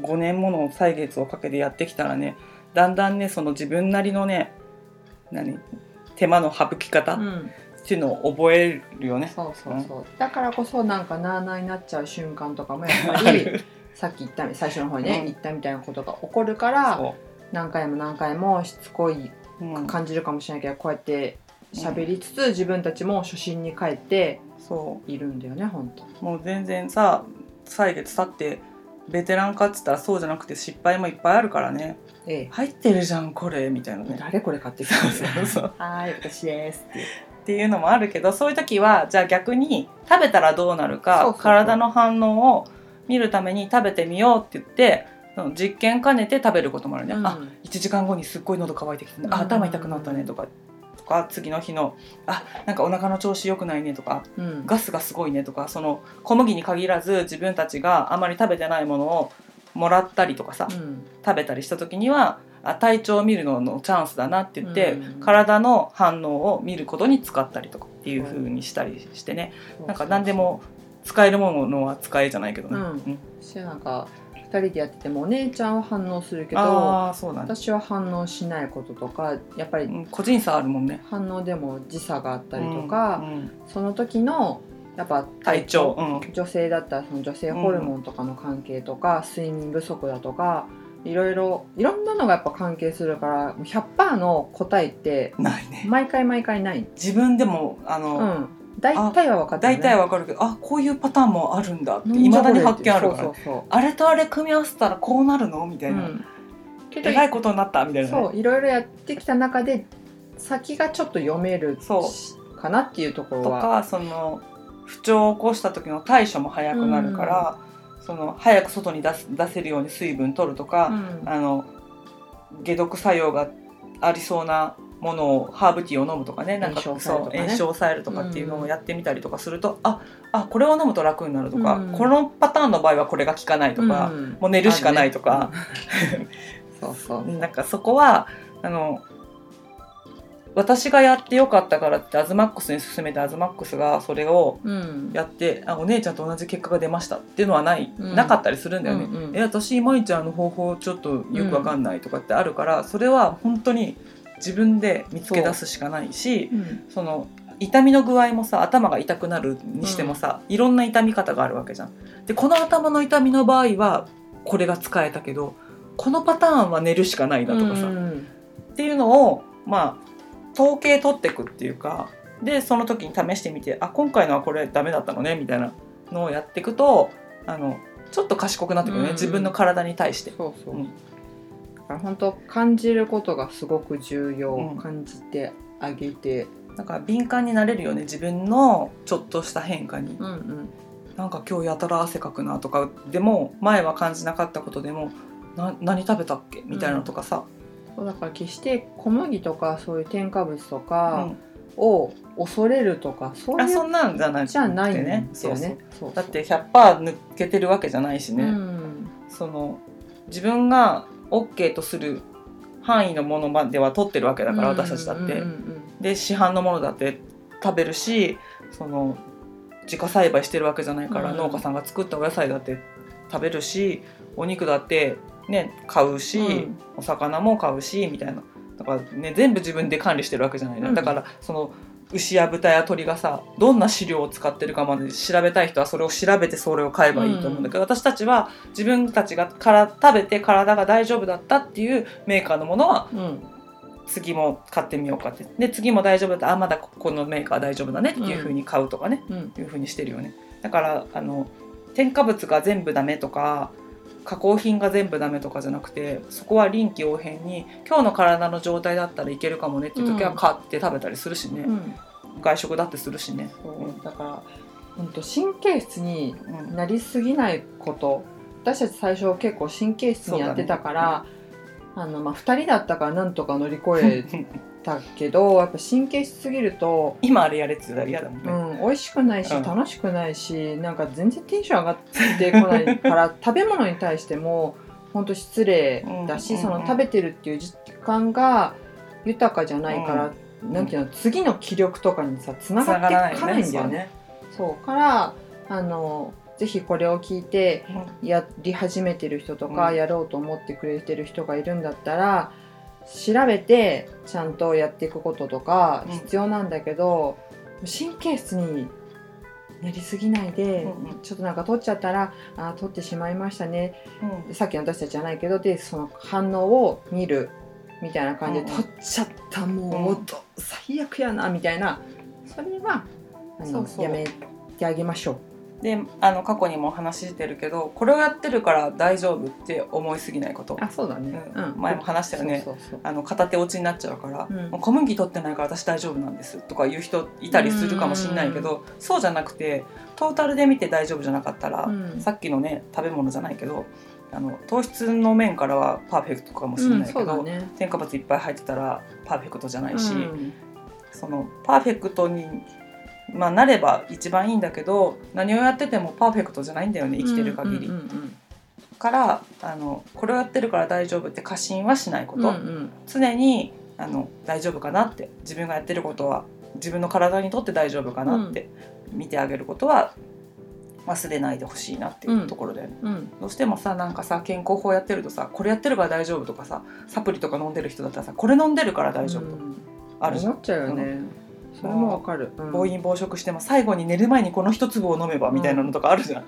Speaker 1: 5年もの歳月をかけてやってきたらねだんだんねその自分なりのね何手間の省き方っ
Speaker 2: ん、
Speaker 1: ていうのを覚えるよね。
Speaker 2: そうそうそう、だからこそなんかなあなあになっちゃう瞬間とかもやっぱ
Speaker 1: あ
Speaker 2: り
Speaker 1: る
Speaker 2: さっき言った最初の方にね、
Speaker 1: うん
Speaker 2: 言ったみたいなことが起こるから
Speaker 1: そ、
Speaker 2: 何回も何回もしつこいう
Speaker 1: うん、
Speaker 2: 感じるかもしれないけど、こうやって喋りつつ自分たちも初心に帰って
Speaker 1: そ
Speaker 2: いるんだよね本当。
Speaker 1: うもう全然さ歳月経ってベテランかっつったらそうじゃなくて失敗もいっぱいあるからね
Speaker 2: え
Speaker 1: 入ってるじゃんこれみたいな
Speaker 2: え、
Speaker 1: ね。
Speaker 2: 誰これ買ってきた
Speaker 1: そ
Speaker 2: ん
Speaker 1: う
Speaker 2: ですか
Speaker 1: そうそう
Speaker 2: はーい私ですっていう
Speaker 1: っていうのもあるけどそういう時はじゃあ逆に食べたらどうなるか
Speaker 2: そうそうそう
Speaker 1: 体の反応を見るために食べてみようって言ってその実験兼ねて食べることもあるね、
Speaker 2: うん
Speaker 1: あ1時間後にすっごい喉乾いてきて、ね
Speaker 2: うん
Speaker 1: あ頭痛くなったねとかとか次の日のあなんかお腹の調子良くないねとか
Speaker 2: うん
Speaker 1: ガスがすごいねとかその小麦に限らず自分たちがあまり食べてないものをもらったりとかさ、
Speaker 2: うん
Speaker 1: 食べたりした時にはあ体調を見るののチャンスだなって言って、
Speaker 2: うん
Speaker 1: 体の反応を見ることに使ったりとかっていう風にしたりしてね、なんか何でも使えるものは使えじゃないけどね、
Speaker 2: うん
Speaker 1: ん
Speaker 2: 私はなんか2人でやっててもお姉ちゃんは反応するけど
Speaker 1: ああそうなんだ、
Speaker 2: 私は反応しないこととかやっぱ
Speaker 1: う
Speaker 2: り
Speaker 1: ん、個人差あるもんね
Speaker 2: 反応でも時差があったりとか、
Speaker 1: うんうん
Speaker 2: その時のやっぱ
Speaker 1: 体調、うん
Speaker 2: 女性だったらその女性ホルモンとかの関係とか、睡眠不足だとかいろいろいろんなのがやっぱ関係するから100%の答えって
Speaker 1: ないね
Speaker 2: 毎回毎回ない、
Speaker 1: 自分でもあ
Speaker 2: う
Speaker 1: の、
Speaker 2: ん、大体は分かってる、
Speaker 1: 大
Speaker 2: ね、
Speaker 1: 体わかるけどあこういうパターンもあるんだっていまだに発見あるから、
Speaker 2: そうそう
Speaker 1: あれとあれ組み合わせたらこうなるのみた
Speaker 2: そう、う
Speaker 1: いな、
Speaker 2: ん、けど
Speaker 1: えらいことになったみたいなね、
Speaker 2: そういろいろやってきた中で先がちょっと読める
Speaker 1: そう
Speaker 2: しかなっていうところ
Speaker 1: と
Speaker 2: は
Speaker 1: かその不調を起こした時の対処も早くなるから、その早く外に出す出せるように水分取ると
Speaker 2: う
Speaker 1: か、
Speaker 2: ん
Speaker 1: あの解毒作用がありそうなものをハーブティーを飲むとかねなんか
Speaker 2: 炎症
Speaker 1: そう
Speaker 2: 抑えるとかね
Speaker 1: 炎症を抑えるとかっていうのをやってみたりとかすると、ああこれを飲むと楽になるとか、
Speaker 2: うん
Speaker 1: このパターンの場合はこれが効かないとか、
Speaker 2: うん
Speaker 1: もう寝るしかないとか、
Speaker 2: あるねうんそうそう
Speaker 1: なんかそこはあの私がやってよかったからってアズマックスに勧めてアズマックスがそれを
Speaker 2: うん
Speaker 1: やってあお姉ちゃんと同じ結果が出ましたっていうのはない、
Speaker 2: うん
Speaker 1: なかったりするんだよね。
Speaker 2: うんうん
Speaker 1: え私舞ちゃんの方法ちょっとよくわかんないとかってあるから、それは本当に自分で見つけ出すしかないし
Speaker 2: うん
Speaker 1: その痛みの具合もさ頭が痛くなるにしてもさ、いろんな痛み方があるわけじゃん。でこの頭の痛みの場合はこれが使えたけどこのパターンは寝るしかないなとかさ、
Speaker 2: う
Speaker 1: っ
Speaker 2: ん
Speaker 1: ていうのをまあ統計取ってくっていうかでその時に試してみてあ今回のはこれダメだったのねみたいなのをやっていくとあのちょっと賢くなってくるね、
Speaker 2: うん
Speaker 1: 自分の体に対して。
Speaker 2: そうそう、
Speaker 1: うん
Speaker 2: だから本当感じることがすごく重要、
Speaker 1: うん
Speaker 2: 感じてあげて、
Speaker 1: だから敏感になれるよね自分のちょっとした変化に。
Speaker 2: うんうん、
Speaker 1: なんか今日やたら汗かくなとかでも前は感じなかったことでもな何食べたっけみたいなのとかさ、
Speaker 2: そうだから決して小麦とかそういう添加物と
Speaker 1: う
Speaker 2: か
Speaker 1: ん
Speaker 2: を恐れるとかそう
Speaker 1: あ
Speaker 2: い
Speaker 1: そ
Speaker 2: うん
Speaker 1: なんじゃない
Speaker 2: じゃないんだよね。
Speaker 1: そうそう
Speaker 2: そう
Speaker 1: だって100%抜けてるわけじゃないしね、
Speaker 2: うん
Speaker 1: その自分が OK とする範囲のものまでは取ってるわけだから、私たちだって、
Speaker 2: うんうん
Speaker 1: で市販のものだって食べるしその自家栽培してるわけじゃないから、
Speaker 2: うん
Speaker 1: 農家さんが作ったお野菜だって食べるしお肉だってね買うし、
Speaker 2: うん
Speaker 1: お魚も買うしみたいなだからね全部自分で管理してるわけじゃない、ね
Speaker 2: うん
Speaker 1: だからその牛や豚や鶏がさどんな飼料を使ってるかまで調べたい人はそれを調べてそれを買えばいいと思うんだけど、私たちは自分たちがから食べて体が大丈夫だったっていうメーカーのものは
Speaker 2: うんうん
Speaker 1: 次も買ってみようかってで次も大丈夫だったあまだここのメーカー大丈夫だねっていうふうに買うとかね、
Speaker 2: うん
Speaker 1: いうふうにしてるよねだからあの添加物が全部ダメとか加工品が全部ダメとかじゃなくてそこは臨機応変に今日の体の状態だったらいけるかもねっていう時
Speaker 2: う
Speaker 1: は
Speaker 2: ん
Speaker 1: 買って食べたりするしね、
Speaker 2: うん
Speaker 1: 外食だってするしね。
Speaker 2: そうだから本当神経質に
Speaker 1: うん
Speaker 2: なりすぎないこと私たち最初結構神経質にやってたから、あのまあ、2人だったからなんとか乗り越えたけどやっぱ神経質すぎると、
Speaker 1: 今あれやれって言ったら嫌だもん
Speaker 2: う
Speaker 1: ね。
Speaker 2: ん、美味しくないし
Speaker 1: うん
Speaker 2: 楽しくないしなんか全然テンション上がってこないから 食べ物に対しても本当失礼だし、
Speaker 1: うん
Speaker 2: その食べてるっていう時間が豊かじゃないから、なんていうの次の気力とかにさつながっていかないんだよね。そうからあのぜひこれを聞いて
Speaker 1: そうね
Speaker 2: やり始めてる人とか、
Speaker 1: うん
Speaker 2: やろうと思ってくれてる人がいるんだったら調べてちゃんとやっていくこととか
Speaker 1: うん
Speaker 2: 必要なんだけど、神経質になりすぎないで、
Speaker 1: うんうん
Speaker 2: ちょっとなんか取っちゃったらあー取ってしまいましたね
Speaker 1: うんうん
Speaker 2: さっきの私たちじゃないけどでその反応を見るみたいな感じで、
Speaker 1: うんうん
Speaker 2: 取っちゃったもう、
Speaker 1: うん
Speaker 2: ど最悪やなみたいなそれはあの
Speaker 1: そうそう
Speaker 2: やめてあげましょう。
Speaker 1: であの過去にも話してるけどこれをやってるから大丈夫って思いすぎないこと
Speaker 2: あそうだね、
Speaker 1: うん前も話したよね
Speaker 2: そうそうそう
Speaker 1: あの片手落ちになっちゃうから、
Speaker 2: うん
Speaker 1: もう小麦取ってないから私大丈夫なんですとか言う人いたりするかもしれないけどそうじゃなくてトータルで見て大丈夫じゃなかったら、
Speaker 2: うん
Speaker 1: さっきのね食べ物じゃないけどあの糖質の面からはパーフェクトかもしれないけ
Speaker 2: うん
Speaker 1: ど、
Speaker 2: そうだね
Speaker 1: 添加物いっぱい入ってたらパーフェクトじゃないし、
Speaker 2: うん
Speaker 1: そのパーフェクトに、まあ、なれば一番いいんだけど何をやっててもパーフェクトじゃないんだよね生きてる限り。
Speaker 2: うんうんうん
Speaker 1: からあのこれをやってるから大丈夫って過信はしないこ
Speaker 2: うん
Speaker 1: と、
Speaker 2: うん
Speaker 1: 常にあの大丈夫かなって自分がやってることは自分の体にとって大丈夫かなって見てあげることは忘れないでほしいなっていうところだよね、
Speaker 2: うん
Speaker 1: どうしてもさなんかさ健康法やってるとさこれやってるから大丈夫とかさサプリとか飲んでる人だったらさこれ飲んでるから大丈夫
Speaker 2: う
Speaker 1: とか
Speaker 2: ん
Speaker 1: あるじゃん、
Speaker 2: 思っちゃうよね、それもわかる、うん
Speaker 1: 暴飲暴食しても最後に寝る前にこの一粒を飲めばみたいなのとかあるじゃん、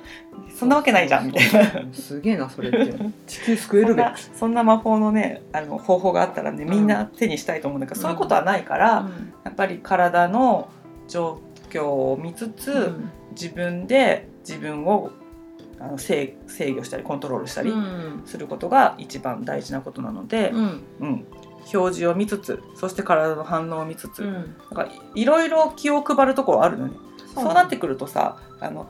Speaker 1: そんなわけないじゃんみたいな
Speaker 2: なすげえなそ れって地球救え
Speaker 1: そ
Speaker 2: る
Speaker 1: ん
Speaker 2: べ
Speaker 1: なそんな魔法のねあの方法があったらねみんな手にしたいと思うんだけど、
Speaker 2: うん
Speaker 1: そういうことはないから、
Speaker 2: うん
Speaker 1: やっぱり体の状況を見つつ、自分で自分をあの制制御したりコントロールした
Speaker 2: う
Speaker 1: り
Speaker 2: ん
Speaker 1: することが一番大事なことなので
Speaker 2: う、ん
Speaker 1: うん表示を見つつそして体の反応を見つつ、
Speaker 2: う
Speaker 1: なん
Speaker 2: ん
Speaker 1: かいろいろ気を配るところあるのね。そうなってくるとさあの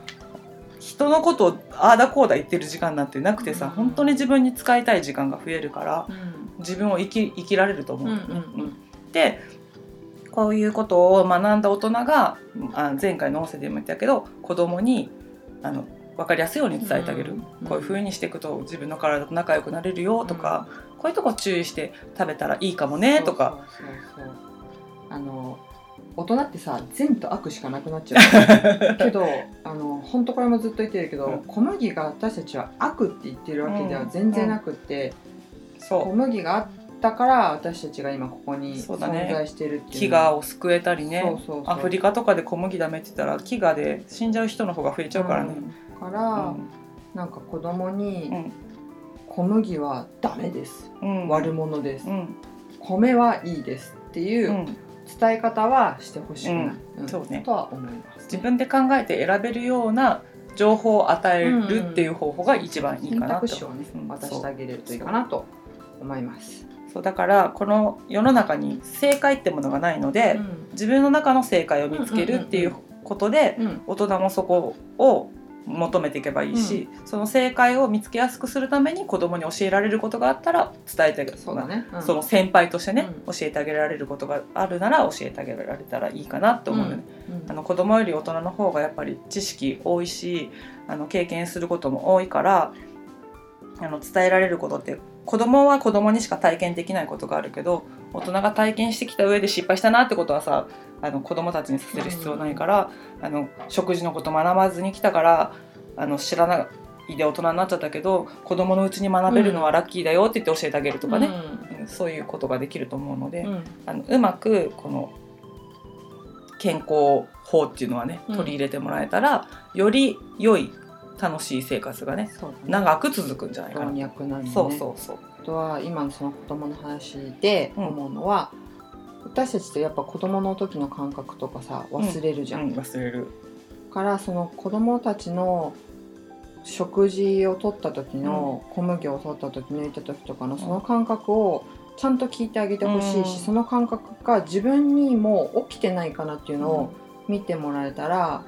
Speaker 1: 人のことをああだこうだ言ってる時間なんてなくてさ、
Speaker 2: うん
Speaker 1: 本当に自分に使いたい時間が増えるから
Speaker 2: うん
Speaker 1: 自分を生き生きられると思
Speaker 2: う
Speaker 1: うんん
Speaker 2: う
Speaker 1: だ
Speaker 2: ん
Speaker 1: よね。でこういうことを学んだ大人があ前回の音声でも言ったけど子供にあの分かりやすいように伝えてあげる、
Speaker 2: うん
Speaker 1: こういう風にしていくと自分の体と仲良くなれるよとか、こういうとこ注意して食べたらいいかもねとか
Speaker 2: そうそうそうあの大人ってさ善と悪しかなくなっ ちゃうけどあの本当これもずっと言ってるけど、
Speaker 1: うん
Speaker 2: 小麦が私たちは悪って言ってるわけでは全然なくって、
Speaker 1: そう
Speaker 2: 小麦があったから私たちが今ここに
Speaker 1: そう
Speaker 2: 存
Speaker 1: だね
Speaker 2: 在してるってい
Speaker 1: 飢
Speaker 2: うのは
Speaker 1: 餓を救えたりね
Speaker 2: そうそうそ
Speaker 1: ア
Speaker 2: う
Speaker 1: フリカとかで小麦ダメって言ったら飢餓で死んじゃう人の方が増えちゃうからね。
Speaker 2: うんから、
Speaker 1: うん
Speaker 2: なんか子供に、
Speaker 1: うん
Speaker 2: 小麦はダメです、
Speaker 1: うん
Speaker 2: 悪者です、
Speaker 1: うん、
Speaker 2: 米はいいですっていううん伝え方はしてほしくない、うん
Speaker 1: そうね
Speaker 2: とは思います、
Speaker 1: 自分で考えて選べるような情報を与えるっていう方法が一番いい
Speaker 2: 選
Speaker 1: かな
Speaker 2: 択
Speaker 1: と
Speaker 2: 肢をね
Speaker 1: うん
Speaker 2: 渡
Speaker 1: そ
Speaker 2: し
Speaker 1: う
Speaker 2: てあげれるといいかなと思います。
Speaker 1: そうだからこの世の中に正解ってものがないので、自分の中の正解を見つけるっていうことで
Speaker 2: うん
Speaker 1: 大人もそこを求めていけばいいし、その正解を見つけやすくするために子供に教えられることがあったら伝えてあげる
Speaker 2: そうだね。うん
Speaker 1: その先輩としてね、
Speaker 2: う
Speaker 1: 教えてあげられることがあるなら教えてあげられたらいいかなって思うよね、
Speaker 2: うん
Speaker 1: あの子供より大人の方がやっぱり知識多いしあの経験することも多いからあの伝えられることって子供は子供にしか体験できないことがあるけど大人が体験してきた上で失敗したなってことはさあの子供たちにさせる必要ないから、あの食事のこと学ばずに来たからあの知らないで大人になっちゃったけど子供のうちに学べるのはラッキーだよって言って教えてあげるとかね、うんそういうことができると思うので、
Speaker 2: う
Speaker 1: うん
Speaker 2: うん
Speaker 1: あのうまくこの健康法っていうのはね
Speaker 2: うん
Speaker 1: 取り入れてもらえたら、より良い楽しい生活がね
Speaker 2: そうだね。
Speaker 1: 長く続くんじゃないかな、
Speaker 2: 老若男女ね
Speaker 1: そうそうそう
Speaker 2: あとは今のその子供の話で思うのは、私たちってやっぱ子供の時の感覚とかさ忘れるじ
Speaker 1: う
Speaker 2: ゃ
Speaker 1: ん忘れる
Speaker 2: からその子供たちの食事を取った時の、小麦を取った時抜いた時とかのその感覚をちゃんと聞いてあげてほしいし、
Speaker 1: うん
Speaker 2: その感覚が自分にもう起きてないかなっていうのを見てもらえたら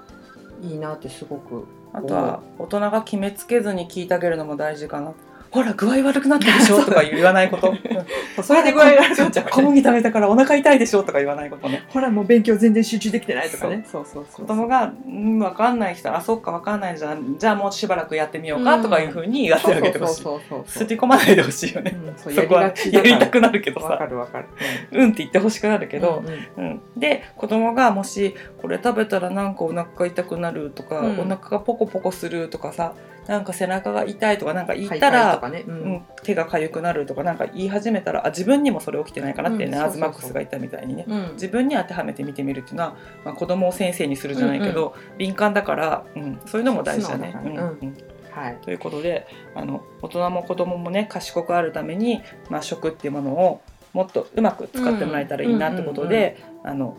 Speaker 2: いいなってすごく
Speaker 1: あとは大人が決めつけずに聞いてあげるのも大事かなほら具合悪くなったで しょとか言わないこと
Speaker 2: それで具合 悪くなっちゃう
Speaker 1: 小麦食べたからお腹痛いでしょとか言わないことね
Speaker 2: ほらもう勉強全然集中できてな
Speaker 1: そうそうそう
Speaker 2: う
Speaker 1: 子供が「うん分かんない人あそっか分かんないじゃんじゃあもうしばらくやってみようか」とかいうふうにやって
Speaker 2: そう
Speaker 1: あげてほしい
Speaker 2: そうそうそ
Speaker 1: す
Speaker 2: うそう
Speaker 1: り込まないでほしいよね
Speaker 2: うんそう
Speaker 1: そ
Speaker 2: やり
Speaker 1: こは
Speaker 2: が
Speaker 1: や
Speaker 2: ちだから
Speaker 1: りたくなるけど
Speaker 2: わか
Speaker 1: さ
Speaker 2: るわかる、
Speaker 1: うんって言ってほしくなるけ
Speaker 2: け
Speaker 1: ど、うんで子供がもしこれ食べたらなんかお腹が痛くなるとか、
Speaker 2: うん
Speaker 1: お腹がポコポコするとかさなんか背中が痛いとかなんか言
Speaker 2: 言
Speaker 1: ったら、
Speaker 2: ねう
Speaker 1: うん、手が痒くなるとかなんか言い始めたらあ自分にもそれ起きてないかなってね、
Speaker 2: うん
Speaker 1: アズマッ
Speaker 2: そう
Speaker 1: ク
Speaker 2: そうそう
Speaker 1: スが言ったみたいにね
Speaker 2: うん
Speaker 1: 自分に当てはめて見てみるっていうのは、まあ、子供を先生にするじゃないけど、敏感だから、うん、そういうのも大事だね。
Speaker 2: 素直だからね
Speaker 1: うんうん
Speaker 2: はい
Speaker 1: ということであの大人も子供もね賢くあるために、まあ、食っていうものをもっとうまく使ってもらえたらいいなってことで、あの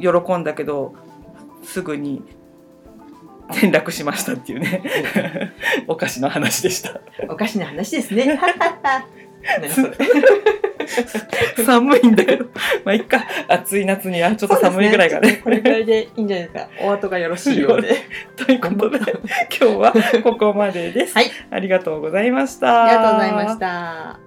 Speaker 1: 喜んだけどすぐに転落しましたっていうね お菓子の話でした
Speaker 2: おかしな話で すね。 何それ
Speaker 1: 寒いんだけどまあいっか暑い夏にはちょっと 寒いぐらいがね
Speaker 2: これぐらいでいいんじゃないですか。お後がよろしいようで。
Speaker 1: ということで今日はここまでです、
Speaker 2: はい
Speaker 1: ありがとうございました
Speaker 2: ありがとうございました。